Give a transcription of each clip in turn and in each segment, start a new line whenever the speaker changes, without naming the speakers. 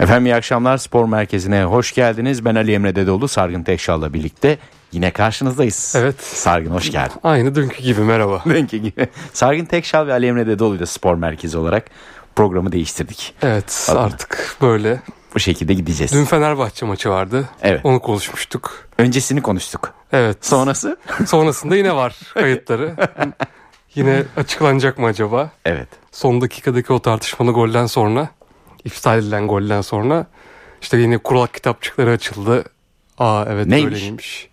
Efendim iyi akşamlar spor merkezine hoş geldiniz. Ben Ali Emre Dedoğlu Sargın Teşal'la birlikte yine karşınızdayız.
Evet.
Sargın hoş geldin.
Aynı dünkü gibi merhaba.
Dünkü gibi. Sargın Tekşal ve Ali Emre Dedoğlu ile spor merkezi olarak programı değiştirdik.
Evet
Adına.
artık böyle.
Bu şekilde gideceğiz.
Dün Fenerbahçe maçı vardı.
Evet.
Onu konuşmuştuk.
Öncesini konuştuk.
Evet.
Sonrası?
Sonrasında yine var kayıtları. yine açıklanacak mı acaba?
Evet.
Son dakikadaki o tartışmalı golden sonra, iptal edilen golden sonra işte yine kural kitapçıkları açıldı. Aa evet
Neymiş?
böyleymiş.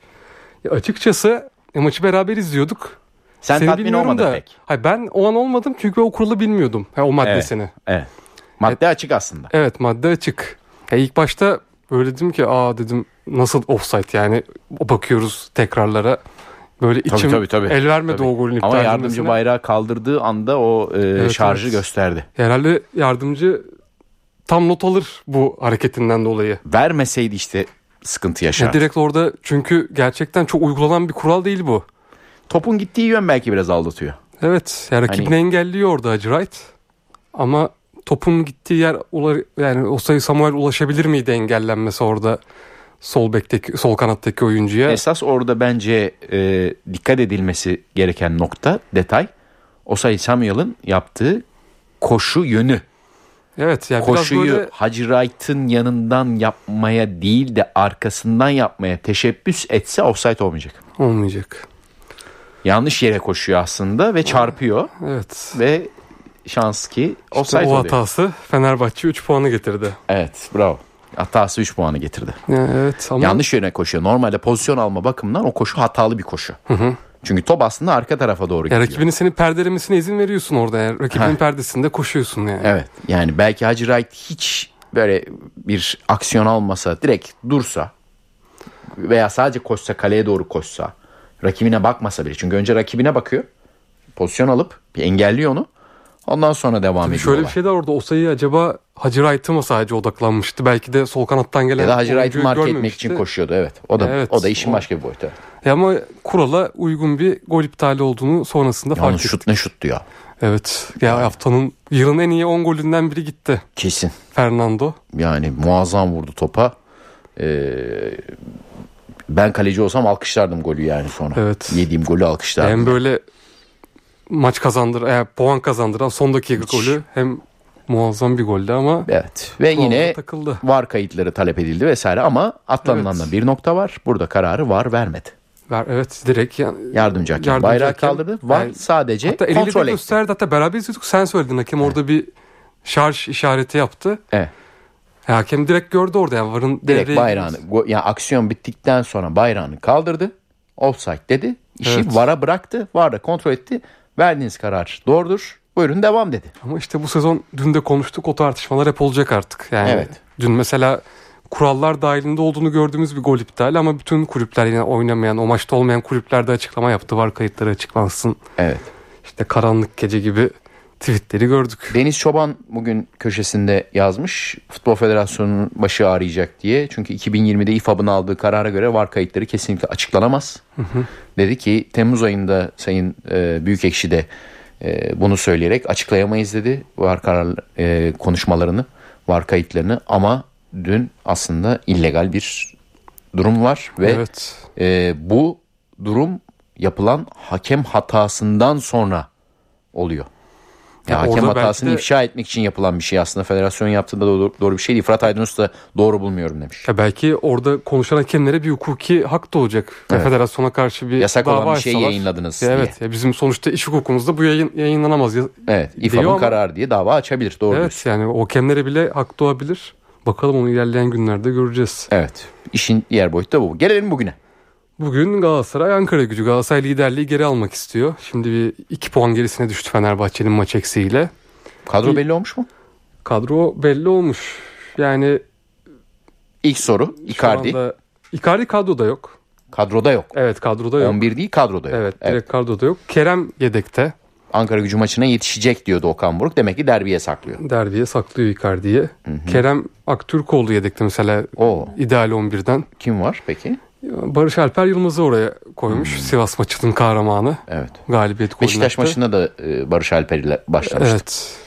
Ya açıkçası e, maçı beraber izliyorduk.
Sen
Seni
tatmin
bilmiyorum
olmadın
da.
pek.
Hayır, ben o an olmadım çünkü o kuralı bilmiyordum. Ha, o maddesini.
Evet. Madde açık aslında.
Evet madde açık. Ya ilk başta böyle dedim ki aa dedim nasıl offside yani bakıyoruz tekrarlara. Böyle içim
tabii, tabii.
el vermedi
Tabii.
o golün iptal
Ama yardımcı
edilmesine.
bayrağı kaldırdığı anda o e,
Evet,
şarjı
evet.
gösterdi.
Herhalde yardımcı tam not alır bu hareketinden dolayı.
Vermeseydi işte sıkıntı yaşardı.
Ya direkt orada çünkü gerçekten çok uygulanan bir kural değil bu.
Topun gittiği yön belki biraz aldatıyor.
Evet ya rakibini
Hani-
engelliyor orada Hacı Wright. Ama topun gittiği yer ula- yani o sayı Samuel ulaşabilir miydi engellenmesi orada sol bekteki sol kanattaki oyuncuya?
Esas orada bence e, dikkat edilmesi gereken nokta, detay. Osay Samuel'ın yaptığı koşu yönü.
Evet ya biraz
Koşuyu
böyle
Hacı Wright'ın yanından yapmaya değil de arkasından yapmaya teşebbüs etse offside olmayacak.
olmayacak.
Yanlış yere koşuyor aslında ve çarpıyor
Evet.
ve şans ki
İşte
offside
o
oluyor.
hatası Fenerbahçe 3 puanı getirdi.
Evet bravo. Hatası 3 puanı getirdi.
Ya, evet ama
Yanlış yöne koşuyor. Normalde pozisyon alma bakımından o koşu hatalı bir koşu. Çünkü top aslında arka tarafa doğru
ya
gidiyor.
rakibinin seni perdelemesine izin veriyorsun orada. Yani rakibinin
Ha.
perdesinde koşuyorsun yani.
Evet. Yani belki Hacı Wright hiç böyle bir aksiyon almasa, direkt dursa veya sadece koşsa, kaleye doğru koşsa, rakibine bakmasa bile. Çünkü önce rakibine bakıyor. Pozisyon alıp bir engelliyor onu. Ondan sonra devam ediyor.
Şöyle bir
olay.
şey de orada o sayı acaba Hacı Wright'a mı sadece odaklanmıştı? Belki de sol kanattan gelen
ya da Hacı Wright'ı
oyuncuyu
mark etmek
görmemişti.
için koşuyordu evet. O da
Evet,
o da işin
o-
başka bir boyutu.
Ya ama kurala uygun bir gol iptali olduğunu sonrasında fark
Yalnız
ettik.
şut ne şut diyor.
Evet. Ya haftanın yılın en iyi 10 golünden biri gitti.
Kesin.
Fernando.
Yani muazzam vurdu topa. Ee, ben kaleci olsam alkışlardım golü yani sonra.
Evet.
Yediğim golü alkışlardım.
Hem böyle maç kazandır, e, puan kazandıran son dakika
Müthiş.
golü hem muazzam bir goldü ama
Evet ve
puanla
yine
takıldı.
var kayıtları talep edildi vesaire ama atlanılan
Evet.
da bir nokta var. Burada kararı var vermedi.
Ver, evet direkt yani
Yardımcı hakem
Yardımcı
bayrağı
hakem,
kaldırdı. Var
yani
sadece
hatta eliyle
kontrol
de
etti.
gösterdi hatta beraber izliyorduk sen söyledin hakem orada bir şarj işareti yaptı.
Evet.
E, hakem direkt gördü orada yani varın
Direkt
devreye
bayrağını
girmesi.
go- yani aksiyon bittikten sonra bayrağını kaldırdı. Offside dedi. İşi
Evet.
vara bıraktı. Var da kontrol etti. Verdiğiniz karar doğrudur. Buyurun devam dedi.
Ama işte bu sezon dün de konuştuk o tartışmalar hep olacak artık. Yani
Evet.
dün mesela kurallar dahilinde olduğunu gördüğümüz bir gol iptali ama bütün kulüpler yine oynamayan o maçta olmayan kulüplerde açıklama yaptı var kayıtları açıklansın.
Evet.
İşte karanlık gece gibi tweetleri gördük.
Deniz Çoban bugün köşesinde yazmış. Futbol Federasyonu'nun başı ağrıyacak diye. Çünkü 2020'de İFAB'ın aldığı karara göre var kayıtları kesinlikle açıklanamaz. Dedi ki Temmuz ayında Sayın e, Büyükekşi de e, bunu söyleyerek açıklayamayız dedi. Var karar e, konuşmalarını, var kayıtlarını ama dün aslında illegal bir durum var ve
evet.
e, bu durum yapılan hakem hatasından sonra oluyor. Ya
Ya
hakem
orada belki
hatasını
de-
ifşa etmek için yapılan bir şey aslında. Federasyon yaptığı da doğru, doğru bir şey değil. Fırat Aydınus da doğru bulmuyorum demiş.
Ya belki orada konuşan hakemlere bir hukuki hak da olacak. Ve
Evet.
Federasyona karşı bir
Yasak
dava
olan bir şey
açsalar.
yayınladınız
Ya
diye.
evet. Ya bizim sonuçta iş hukukumuzda bu yayın, yayınlanamaz. Ya-
Evet.
Diyor
İFAB'ın
ama-
kararı diye dava açabilir. Doğru
Evet
diyorsun.
yani o hakemlere bile hak doğabilir. Bakalım onu ilerleyen günlerde göreceğiz.
Evet. İşin diğer boyutu da bu. Gelelim bugüne.
Bugün Galatasaray Ankara gücü. Galatasaray liderliği geri almak istiyor. Şimdi bir 2 puan gerisine düştü Fenerbahçe'nin maç eksiğiyle.
Kadro
İlk-
belli olmuş mu?
Kadro belli olmuş. Yani
İlk soru
şu
Icardi.
anda Icardi kadroda yok.
Kadroda yok.
Evet kadroda yok.
11 değil kadroda yok.
Evet,
Evet.
direkt kadroda yok. Kerem yedekte.
Ankara gücü maçına yetişecek diyordu Okan Buruk. Demek ki derbiye saklıyor.
Derbiye saklıyor Icardi'yi. Kerem Aktürkoğlu yedekte mesela
Oo.
ideal 11'den.
Kim var peki?
Barış Alper Yılmaz'ı oraya koymuş. Sivas maçının kahramanı.
Evet.
Galibiyet golünü
Beşiktaş
attı.
maçında da e, Barış Alper ile başlamıştı.
Evet.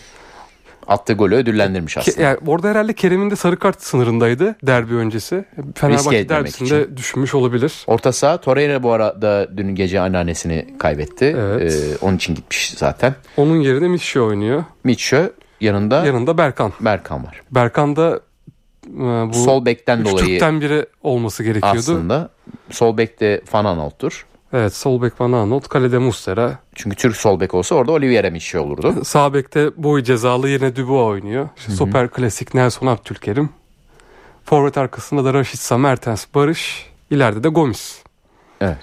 attığı golü ödüllendirmiş
Ke-
aslında.
yani orada herhalde Kerem'in de sarı kart sınırındaydı derbi öncesi. Fenerbahçe
etmemek
derbisinde düşünmüş olabilir.
Orta saha Torreira bu arada dün gece anneannesini kaybetti.
Evet.
Ee, onun için gitmiş zaten.
Onun yerine Mişi oynuyor.
Mitchell yanında
Yanında Berkan.
Berkan var.
Berkan da e, bu
Sol bekten
üç
dolayı
Türk'ten biri olması gerekiyordu.
aslında. Sol bekte Van Aanholt'tur.
Evet sol bek Van Aanholt, kalede Mustera.
Çünkü Türk sol bek olsa orada Oliviera Mitchell olurdu.
Sağ bekte boy cezalı yerine Dubois oynuyor. İşte Soper klasik Nelson Abdülkerim. Forvet arkasında da Raşitsa, Mertens, Barış. İleride de Gomis.
Evet.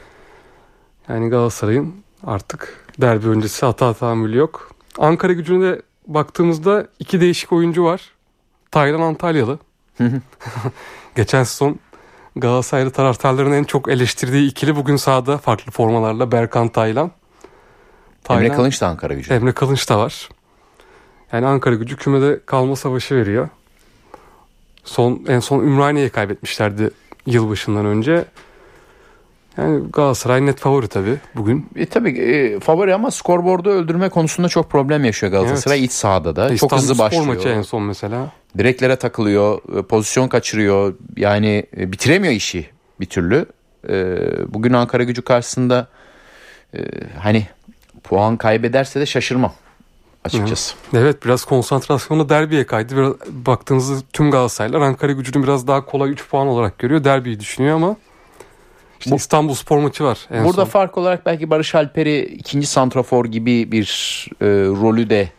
Yani Galatasaray'ın artık derbi öncesi hata tahammülü yok. Ankara gücüne de baktığımızda iki değişik oyuncu var. Taylan Antalyalı. Geçen sezon Galatasaraylı taraftarların en çok eleştirdiği ikili bugün sahada farklı formalarla Berkan Taylan.
Emre Kılınç da Ankara gücü.
Emre Kılınç da var. Yani Ankara gücü kümede kalma savaşı veriyor. Son en son Ümraniye'yi kaybetmişlerdi yılbaşından önce. Yani Galatasaray net favori tabii bugün.
E, tabii e, favori ama skorbordu öldürme konusunda çok problem yaşıyor Galatasaray
Evet.
iç sahada da. çok
İstanbul
hızlı
Spor
başlıyor.
maçı en son mesela.
Direklere takılıyor, e, pozisyon kaçırıyor. Yani e, bitiremiyor işi bir türlü. E, bugün Ankara Gücü karşısında e, hani puan kaybederse de şaşırmam açıkçası.
Evet biraz konsantrasyonu derbiye kaydı. Biraz, baktığınızda tüm Galatasaraylar Ankara gücünü biraz daha kolay 3 puan olarak görüyor. Derbiyi düşünüyor ama işte
Bu-
İstanbul Spor maçı var en
Burada
Burada
fark olarak belki Barış Alper'i ikinci santrafor gibi bir e, rolü de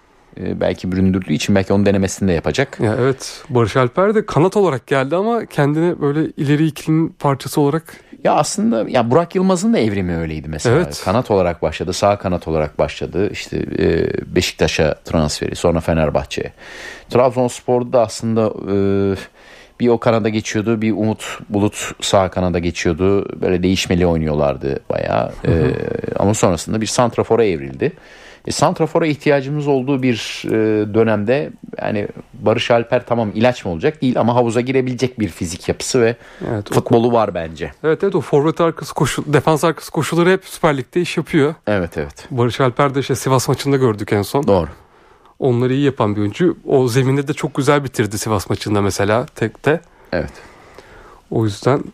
e, belki büründürdüğü için belki onun denemesini de yapacak.
Ya evet Barış Alper de kanat olarak geldi ama kendini böyle ileri ikilinin parçası olarak
Ya aslında ya Burak Yılmaz'ın da evrimi öyleydi mesela.
Evet.
Kanat olarak başladı, sağ kanat olarak başladı. İşte e, Beşiktaş'a transferi, sonra Fenerbahçe'ye. Trabzonspor'da da aslında e, bir o kanada geçiyordu, bir Umut Bulut sağ kanada geçiyordu. Böyle değişmeli oynuyorlardı bayağı. E, ama sonrasında bir santrafora evrildi. E, santrafora ihtiyacımız olduğu bir e, dönemde yani Barış Alper tamam ilaç mı olacak değil ama havuza girebilecek bir fizik yapısı ve
evet, o-
futbolu var bence.
evet evet o forvet arkası koşu defans arkası koşuları hep Süper Lig'de iş yapıyor.
Evet evet.
Barış Alper de işte Sivas maçında gördük en son.
Doğru.
Onları iyi yapan bir oyuncu. O zeminde de çok güzel bitirdi Sivas maçında mesela tekte.
Evet.
O yüzden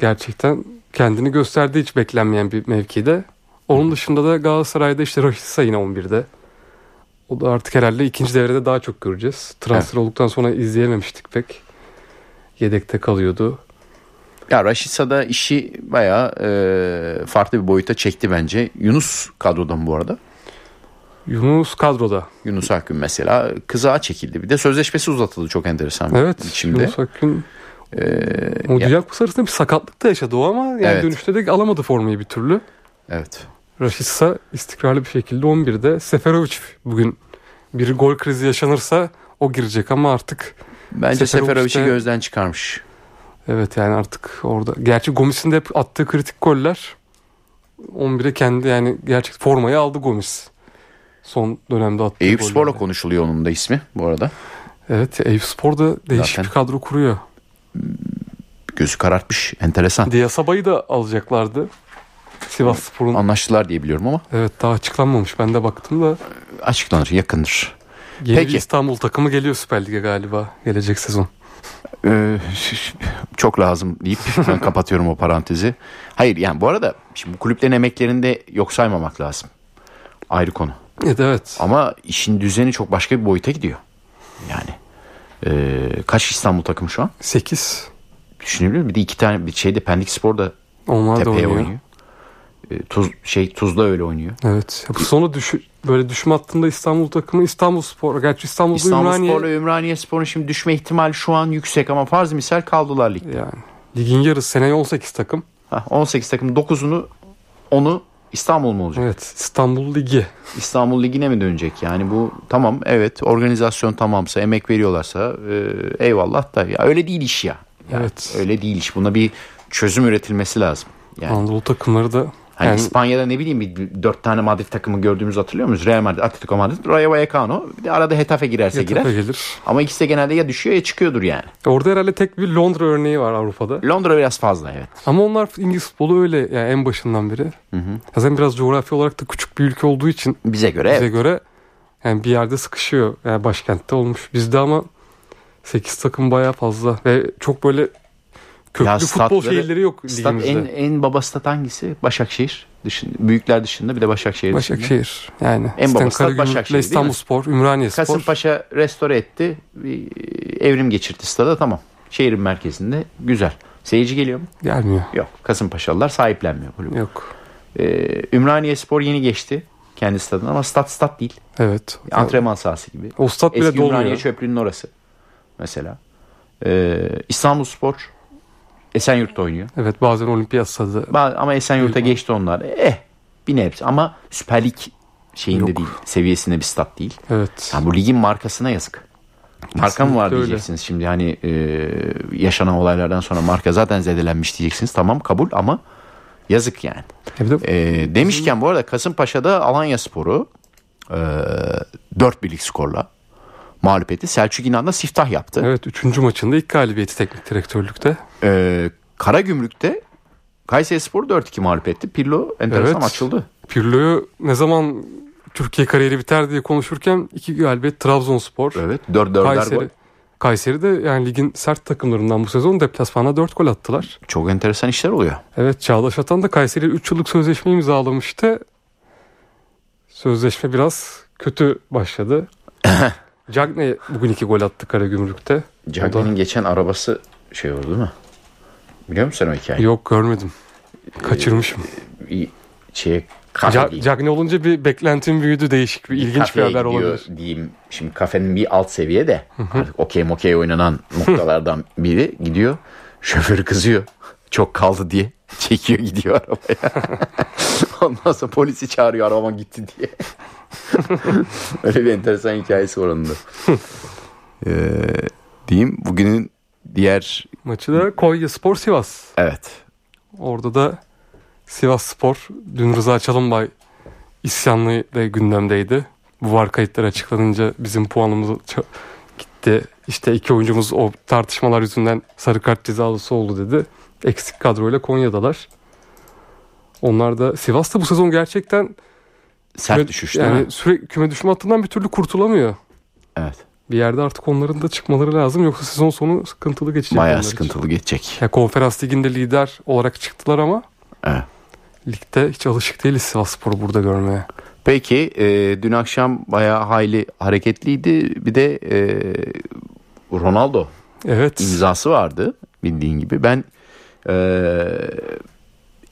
gerçekten kendini gösterdi hiç beklenmeyen bir mevkide. Onun dışında da Galatasaray'da işte Raşitsa yine 11'de. O da artık herhalde ikinci devrede daha çok göreceğiz. Transfer olduktan sonra izleyememiştik pek. Yedekte kalıyordu.
Ya Raşitsa da işi bayağı e, farklı bir boyuta çekti bence. Yunus kadroda mı bu arada?
Yunus kadroda.
Yunus Akgün mesela kızağa çekildi. Bir de sözleşmesi uzatıldı çok enteresan.
Evet.
Şimdi
Yunus Akgün
e,
o
ya-
Dünya Kupası arasında bir sakatlık da yaşadı o ama yani
Evet.
dönüşte de alamadı formayı bir türlü.
evet.
Raşitsa istikrarlı bir şekilde 11'de. Seferovic bugün bir gol krizi yaşanırsa o girecek ama artık
Bence
Seferovic'te-
Seferovic'i gözden çıkarmış.
Evet yani artık orada. Gerçi Gomis'in de hep attığı kritik goller 11'e kendi yani gerçek formayı aldı Gomis. Son dönemde attığı
Eyüp
gollerde.
Spor'la konuşuluyor onun da ismi bu arada.
Evet Eyüp Spor da değişik
Zaten.
bir kadro kuruyor.
Gözü karartmış. Enteresan.
Diyasaba'yı da alacaklardı. Sivas Spor'un.
Anlaştılar diye biliyorum ama
Evet daha açıklanmamış. Ben de baktım da
açıklanır yakındır.
yeni
Peki.
bir İstanbul takımı geliyor Süper Lig'e galiba gelecek sezon.
Ee, çok lazım deyip ben kapatıyorum o parantezi. Hayır yani bu arada şimdi bu kulüplerin emeklerini de yok saymamak lazım. Ayrı konu.
Evet evet.
Ama işin düzeni çok başka bir boyuta gidiyor. Yani ee, kaç İstanbul takımı şu an?
8.
Düşünebilir miyim? Bir de iki tane bir şeyde Pendik Spor'da
Onlar da
tepeye
oynuyor.
oynuyor. Ee, tuz şey Tuzla öyle oynuyor.
Evet. Ya bu sonu düşü böyle düşme hattında İstanbul takımı İstanbul Spor. Gerçi İstanbul'da
İstanbul
Ümraniye-
Spor'la Ümraniye Spor'un şimdi düşme ihtimali şu an yüksek ama farz misal kaldılar ligde.
Yani ligin yarısı seneye 18 takım.
Hah, 18 takım 9'unu 10'u İstanbul mu olacak?
Evet İstanbul Ligi.
İstanbul Ligi'ne mi dönecek? Yani bu tamam evet organizasyon tamamsa emek veriyorlarsa e, eyvallah da ya öyle değil iş ya. Yani
Evet.
Öyle değil iş. Buna bir çözüm üretilmesi lazım. Yani,
Anadolu takımları da
hani
yani
İspanya'da ne bileyim bir dört tane Madrid takımı gördüğümüzü hatırlıyor muyuz? Real Madrid, Atletico Madrid, Rayo Vallecano. Bir de arada Hetafe girerse
Getafe
girer.
gelir.
Ama ikisi de genelde ya düşüyor ya çıkıyordur yani.
Orada herhalde tek bir Londra örneği var Avrupa'da.
Londra biraz fazla evet.
Ama onlar İngiliz futbolu öyle yani en başından beri. Zaten biraz coğrafi olarak da küçük bir ülke olduğu için
Bize göre evet.
bize göre Yani bir yerde sıkışıyor. Yani başkentte olmuş. Bizde ama 8 takım bayağı fazla. Ve çok böyle köklü
Ya
futbol
statları-
şehirleri yok
Stat
ligimizde.
en, en baba stat hangisi? Başakşehir. Dışın, büyükler dışında bir de Başakşehir dışında.
Başakşehir. Yani.
En
Stan
babası da
Karagümrük'le
Başakşehir, değil mi?
İstanbul Spor, Ümraniye Spor.
Kasımpaşa restore etti. Bir e, evrim geçirdi stada tamam. Şehrin merkezinde güzel. Seyirci geliyor mu?
Gelmiyor.
Yok. Kasımpaşalılar sahiplenmiyor kulübü.
Yok.
Ee, Ümraniye Spor yeni geçti kendi stadına ama stat stat değil.
Evet.
Antrenman sahası gibi.
O stat bile
Eski Ümraniye
dolmuyor.
çöplüğünün orası. Mesela. Ee, İstanbul Spor Esenyurt'ta oynuyor.
Evet bazen olimpiyat stadı.
Ba- Ama Esenyurt'a
Bilmem.
geçti onlar. Eh bir nebze ama Süper Lig şeyinde
Yok.
değil. Seviyesinde bir stat değil.
Evet.
Ya bu ligin markasına yazık. Marka mı var
Kesinlikle öyle.
diyeceksiniz şimdi hani e, yaşanan olaylardan sonra marka zaten zedelenmiş diyeceksiniz. Tamam kabul ama yazık yani.
E bir de
E, demişken bu arada Kasımpaşa'da Alanya Sporu e, 4 birlik skorla mağlup etti. Selçuk İnan'la siftah yaptı.
Evet üçüncü maçında ilk galibiyeti teknik direktörlükte.
E, Karagümrük'te Kayseri Sporu 4-2 mağlup etti. Pirlo enteresan
Evet.
açıldı.
Pirlo'yu ne zaman Türkiye kariyeri biter diye konuşurken iki galibiyet Trabzonspor,
Evet 4-4'er gol.
Kayseri. Kayseri de yani ligin sert takımlarından bu sezon deplasmana 4 gol attılar.
Çok enteresan işler oluyor.
Evet Çağdaş Atan da Kayseri 3 yıllık sözleşme imzalamıştı. Sözleşme biraz kötü başladı. Cagney bugün 2 gol attı Karagümrük'te.
Cagney'in geçen arabası şey oldu değil mi? Biliyor musun sen o hikayeyi?
Yok görmedim. Kaçırmışım.
bir şeye
Ca- Cagney olunca bir beklentim büyüdü değişik bir ilginç bir
kafeye gidiyor
haber olabilir.
Diyeyim. Şimdi kafenin bir alt seviye de artık okey mokey oynanan noktalardan biri gidiyor. Şoförü kızıyor. Çok kaldı diye. Çekiyor gidiyor arabaya. Ondan sonra polisi çağırıyor araba gitti diye. Öyle bir enteresan hikayesi var onun da. Ee, diyeyim bugünün diğer
Maçı da Konya Spor Sivas.
evet
Orada da Sivas Spor dün Rıza Çalınbay isyanlı da gündemdeydi. Bu var kayıtları açıklanınca bizim puanımız ça- gitti. İşte iki oyuncumuz o tartışmalar yüzünden sarı kart cezalısı oldu dedi. Eksik kadroyla Konya'dalar. Onlar da Sivas da bu sezon gerçekten
sert
küme-
düşüş değil mi?
yani sürekli küme düşme hattından bir türlü kurtulamıyor.
Evet.
Bir yerde artık onların da çıkmaları lazım yoksa sezon sonu sıkıntılı geçecek. onlar
Bayağı
için.
sıkıntılı geçecek.
Ya konferans liginde lider olarak çıktılar ama
Evet.
Ligde hiç alışık değiliz Sivasspor'u burada görmeye.
Peki e, dün akşam bayağı hayli hareketliydi. Bir de e, Ronaldo
Evet.
imzası vardı bildiğin gibi. Ben e,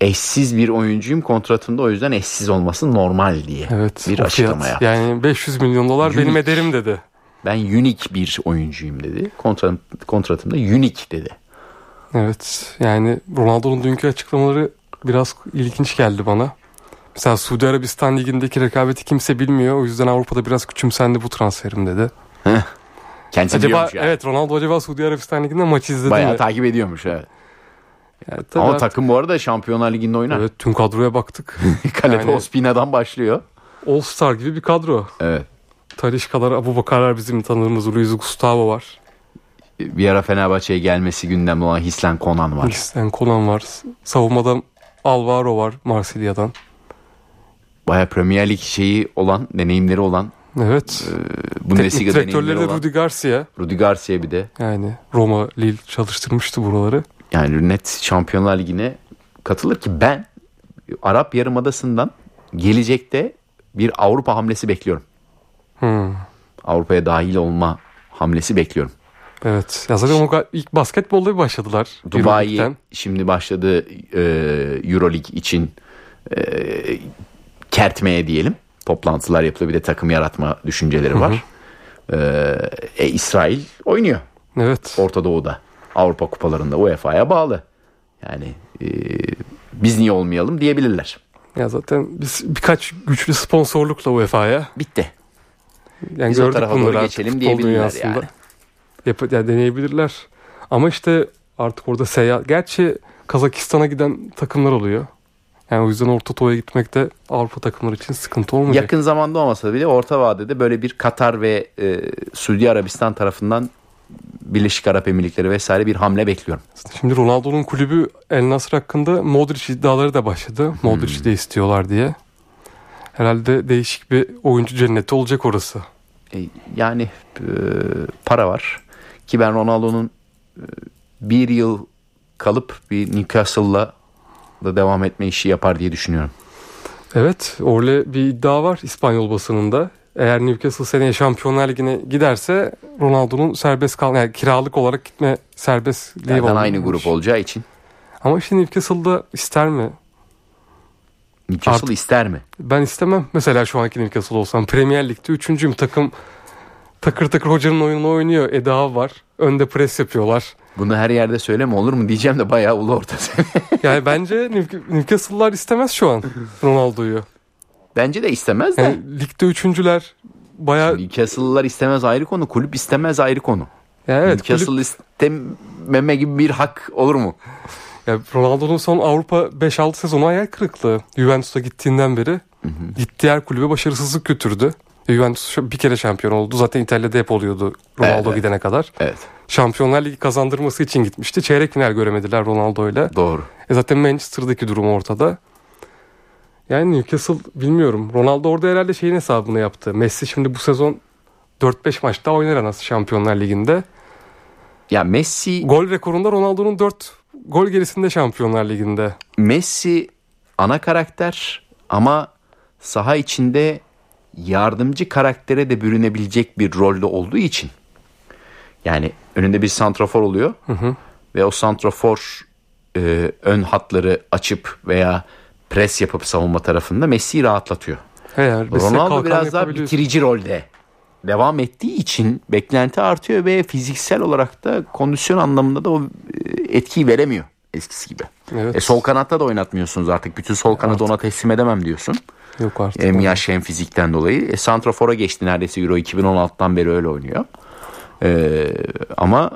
eşsiz bir oyuncuyum kontratımda o yüzden eşsiz olması normal diye.
Evet.
Bir
o
açıklama yaptı.
Yani 500 milyon dolar
Unique.
benim ederim dedi.
Ben unique bir oyuncuyum dedi. Kontrat, kontratımda unique dedi.
Evet. Yani Ronaldo'nun dünkü açıklamaları biraz ilginç geldi bana. Mesela Suudi Arabistan ligindeki rekabeti kimse bilmiyor. O yüzden Avrupa'da biraz küçümsendi bu transferim dedi.
Kendisi
Acaba
biliyormuş yani.
evet Ronaldo acaba Suudi Arabistan liginde maç izledi
Bayağı
mi?
takip ediyormuş. Evet.
Yani tabii
Ama
artık-
takım bu arada Şampiyonlar Ligi'nde oynar.
Evet tüm kadroya baktık.
Kalede
Yani-
Ospina'dan başlıyor.
All Star gibi bir kadro.
Evet.
Talişkalar, Abu Bakarlar bizim tanıdığımız Luis Gustavo var.
Bir ara Fenerbahçe'ye gelmesi gündemde olan Hislen Konan var.
Hristiyan Konan var. Savunmadan Alvaro var Marsilya'dan.
Baya Premier Lig şeyi olan, deneyimleri olan,
Evet.
Ee, Bundesliga deneyimleri
direktörleri de
olan.
Rudi Garcia.
Rudi Garcia bir de.
Yani Roma, Lille çalıştırmıştı buraları.
Yani net Şampiyonlar Ligi'ne katılır ki ben Arap Yarımadası'ndan gelecekte bir Avrupa hamlesi bekliyorum.
Hmm.
Avrupa'ya dahil olma hamlesi bekliyorum.
Evet. Ya zaten o ga- ilk basketbolda bir başladılar.
Dubai
Euroleague'den.
şimdi başladı e, Euroleague için e, kertmeye diyelim. Toplantılar yapılıyor bir de takım yaratma düşünceleri var. E, e, İsrail oynuyor.
Evet.
Orta Doğu'da Avrupa kupalarında UEFA'ya bağlı. Yani e, biz niye olmayalım diyebilirler.
Ya zaten biz birkaç güçlü sponsorlukla E UEFA'ya
Bitti.
yani
Biz o
gördük
tarafa doğru
bunları artık
geçelim
futbol
diyebilirler
dünyasında.
yani.
Yap- yani deneyebilirler. Ama işte artık orada seyahat... Gerçi Kazakistan'a giden takımlar oluyor. Yani o yüzden Orta Doğu'ya gitmekte Avrupa takımları için sıkıntı olmayacak.
Yakın zamanda olmasa bile orta vadede böyle bir Katar ve e, Suudi Arabistan tarafından Birleşik Arap Emirlikleri vesaire bir hamle bekliyorum.
Şimdi Ronaldo'nun
Hmm.
kulübü El Nasr hakkında Modric iddiaları da başladı. Modric'i de istiyorlar diye. Herhalde değişik bir oyuncu cenneti olacak orası.
E, Yani e, para var. Ki ben Ronaldo'nun e, bir yıl kalıp bir Newcastle'la da devam etme işi yapar diye düşünüyorum.
Evet, Orle bir iddia var İspanyol basınında. Eğer Newcastle seneye Şampiyonlar Ligi'ne giderse Ronaldo'nun serbest kalma yani kiralık olarak gitme serbestliği
Zaten
var.
aynı grup olacağı için.
Ama işte Newcastle'da ister mi?
Newcastle
Artık-
ister mi?
Ben istemem. Mesela şu anki Newcastle olsam Premier Lig'de üçüncüyüm takım takır takır hocanın oyununu oynuyor. Eda var. Önde pres yapıyorlar.
Bunu her yerde söyleme olur mu diyeceğim de bayağı ulu orta.
Yani bence Newca- Newcastle'lar istemez şu an Ronaldo'yu.
Bence de istemez de.
Yani ligde üçüncüler bayağı
Newcastle'lılar istemez ayrı konu. Kulüp istemez ayrı konu.
yani evet kulüp-
Newcastle istememe gibi bir hak olur mu?
Ya Ronaldo'nun son Avrupa 5-6 sezonu hayal kırıklığı. Juventus'a gittiğinden beri gittiği her kulübe başarısızlık götürdü. E, Juventus şu- bir kere şampiyon oldu. Zaten İtalya'da hep oluyordu Ronaldo
Evet.
gidene kadar.
Evet
Şampiyonlar Ligi kazandırması için gitmişti. Çeyrek final göremediler Ronaldo'yla.
doğru.
E zaten Manchester'daki durum ortada. Yani Newcastle bilmiyorum. Ronaldo orada herhalde şeyin hesabını yaptı. Messi şimdi bu sezon 4-5 maçta oynar anası Şampiyonlar Ligi'nde.
Ya Messi
Gol rekorunda Ronaldo'nun 4 gol gerisinde Şampiyonlar Ligi'nde.
Messi ana karakter ama saha içinde yardımcı karaktere de bürünebilecek bir rolde olduğu için. Yani önünde bir santrafor oluyor ve o santrafor e, ön hatları açıp veya pres yapıp savunma tarafında Messi'yi rahatlatıyor.
Eğer biz de
Ronaldo
kalkan
biraz daha
yapabiliyoruz.
bitirici rolde devam ettiği için beklenti artıyor ve fiziksel olarak da kondisyon anlamında da o e, etkiyi veremiyor eskisi gibi.
Evet.
E, sol kanatta da oynatmıyorsunuz artık. Bütün sol kanadı ona teslim edemem diyorsun.
Yok artık.
Hem yaş hem fizikten dolayı. E, Santrafor'a geçti neredeyse Euro 2016'dan beri öyle oynuyor. E, ama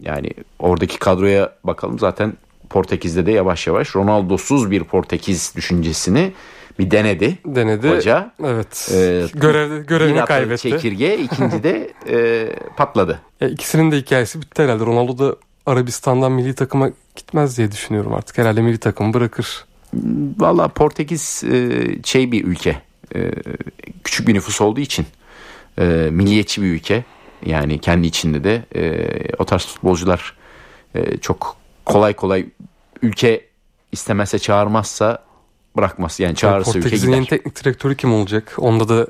yani oradaki kadroya bakalım zaten Portekiz'de de yavaş yavaş Ronaldo'suz bir Portekiz düşüncesini bir denedi.
denedi.
Hoca
Evet.
Ee,
Görev,
Bir
görevini
atladı
kaybetti.
çekirge ikinci de e, patladı.
Ya ikisinin de hikayesi bitti herhalde. Ronaldo da Arabistan'dan milli takıma gitmez diye düşünüyorum artık. Herhalde milli takımı bırakır.
Valla Portekiz e, şey bir ülke. E, küçük bir nüfus olduğu için e, milliyetçi bir ülke. Yani kendi içinde de e, o tarz futbolcular e, çok kolay kolay ülke istemezse çağırmazsa bırakmaz. Yani çağırırsa ülke
Portekiz'in
gider.
yeni teknik direktörü kim olacak? Onda da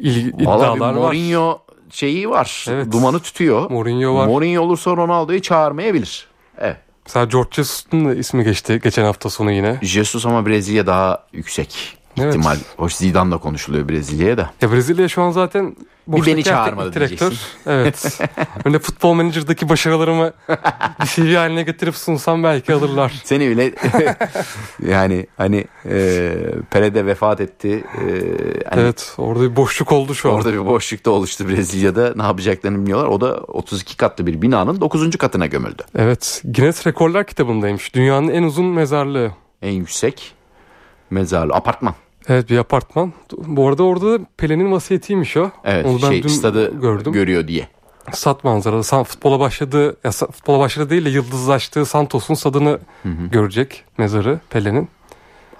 il,
Valla bir
iddialar var.
Mourinho şeyi var.
Evet.
Dumanı tütüyor.
Mourinho var.
Mourinho olursa Ronaldo'yu çağırmayabilir. Evet.
Mesela George Jesus'un da ismi geçti geçen hafta sonu yine.
Jesus ama Brezilya daha yüksek
Evet.
ihtimal. Hoş Zidane'la konuşuluyor Brezilya'ya da.
Ya Brezilya şu an zaten boştaki
beni
her
çağırmadı
teknik Evet. Öyle futbol menajer'daki başarılarımı bir CV haline getirip sunsam belki alırlar.
Seni bile yani hani e, Pele de vefat etti. E, hani
Evet orada bir boşluk oldu şu an.
Orada bir boşlukta oluştu Brezilya'da. Ne yapacaklarını bilmiyorlar. O da 32 katlı bir binanın 9. katına gömüldü.
Evet Guinness Rekorlar kitabındaymış. Dünyanın en uzun mezarlığı.
En yüksek mezarlı apartman.
Evet bir apartman. Bu arada orada Pelin'in vasiyetiymiş o.
Evet
Onu ben
şey
dün
stadı
gördüm.
görüyor diye.
Stat manzaralı. San, futbola başladığı, ya, sa- futbola başladığı değil de yıldızlaştığı Santos'un stadını görecek mezarı Pelin'in.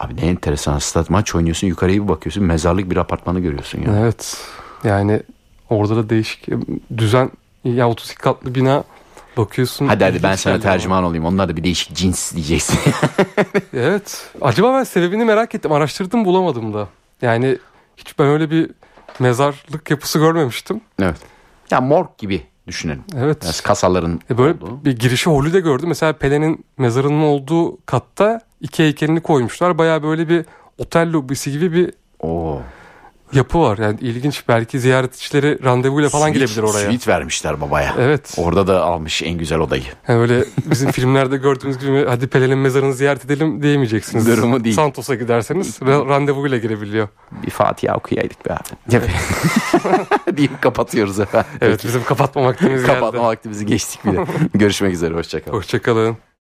Abi ne enteresan stat maç oynuyorsun yukarıya bir bakıyorsun mezarlık bir apartmanı görüyorsun ya.
Evet yani orada da değişik düzen ya 32 katlı bina bakıyorsun.
Hadi hadi ben
ilginç
sana
geldi bana.
tercüman olayım. Onlar da bir değişik cins diyeceksin.
Evet. Acaba ben sebebini merak ettim. Araştırdım bulamadım da. Yani hiç ben öyle bir mezarlık yapısı görmemiştim.
evet. Ya morg gibi düşünelim.
Evet.
Biraz kasaların
E böyle
olduğu.
bir girişi holü de gördüm. Mesela Pelin'in mezarının olduğu katta iki heykelini koymuşlar. Baya böyle bir otel lobisi gibi bir
Oo.
yapı var. Yani ilginç. Belki ziyaretçileri randevuyla falan
Suite-
girebilir oraya.
Suite vermişler babaya.
Evet.
Orada da almış en güzel odayı.
Yani böyle bizim filmlerde gördüğümüz gibi hadi Pelin'in mezarını ziyaret edelim diyemeyeceksiniz.
Durumu değil.
Santos'a giderseniz ra- randevuyla girebiliyor.
Bir Fatiha okuyaydık be abi. Deyip kapatıyoruz efendim.
Evet bizim kapatma vaktimiz geldi.
Kapatma vaktimizi geçtik bile. Görüşmek üzere. Hoşçakalın.
Hoşçakalın.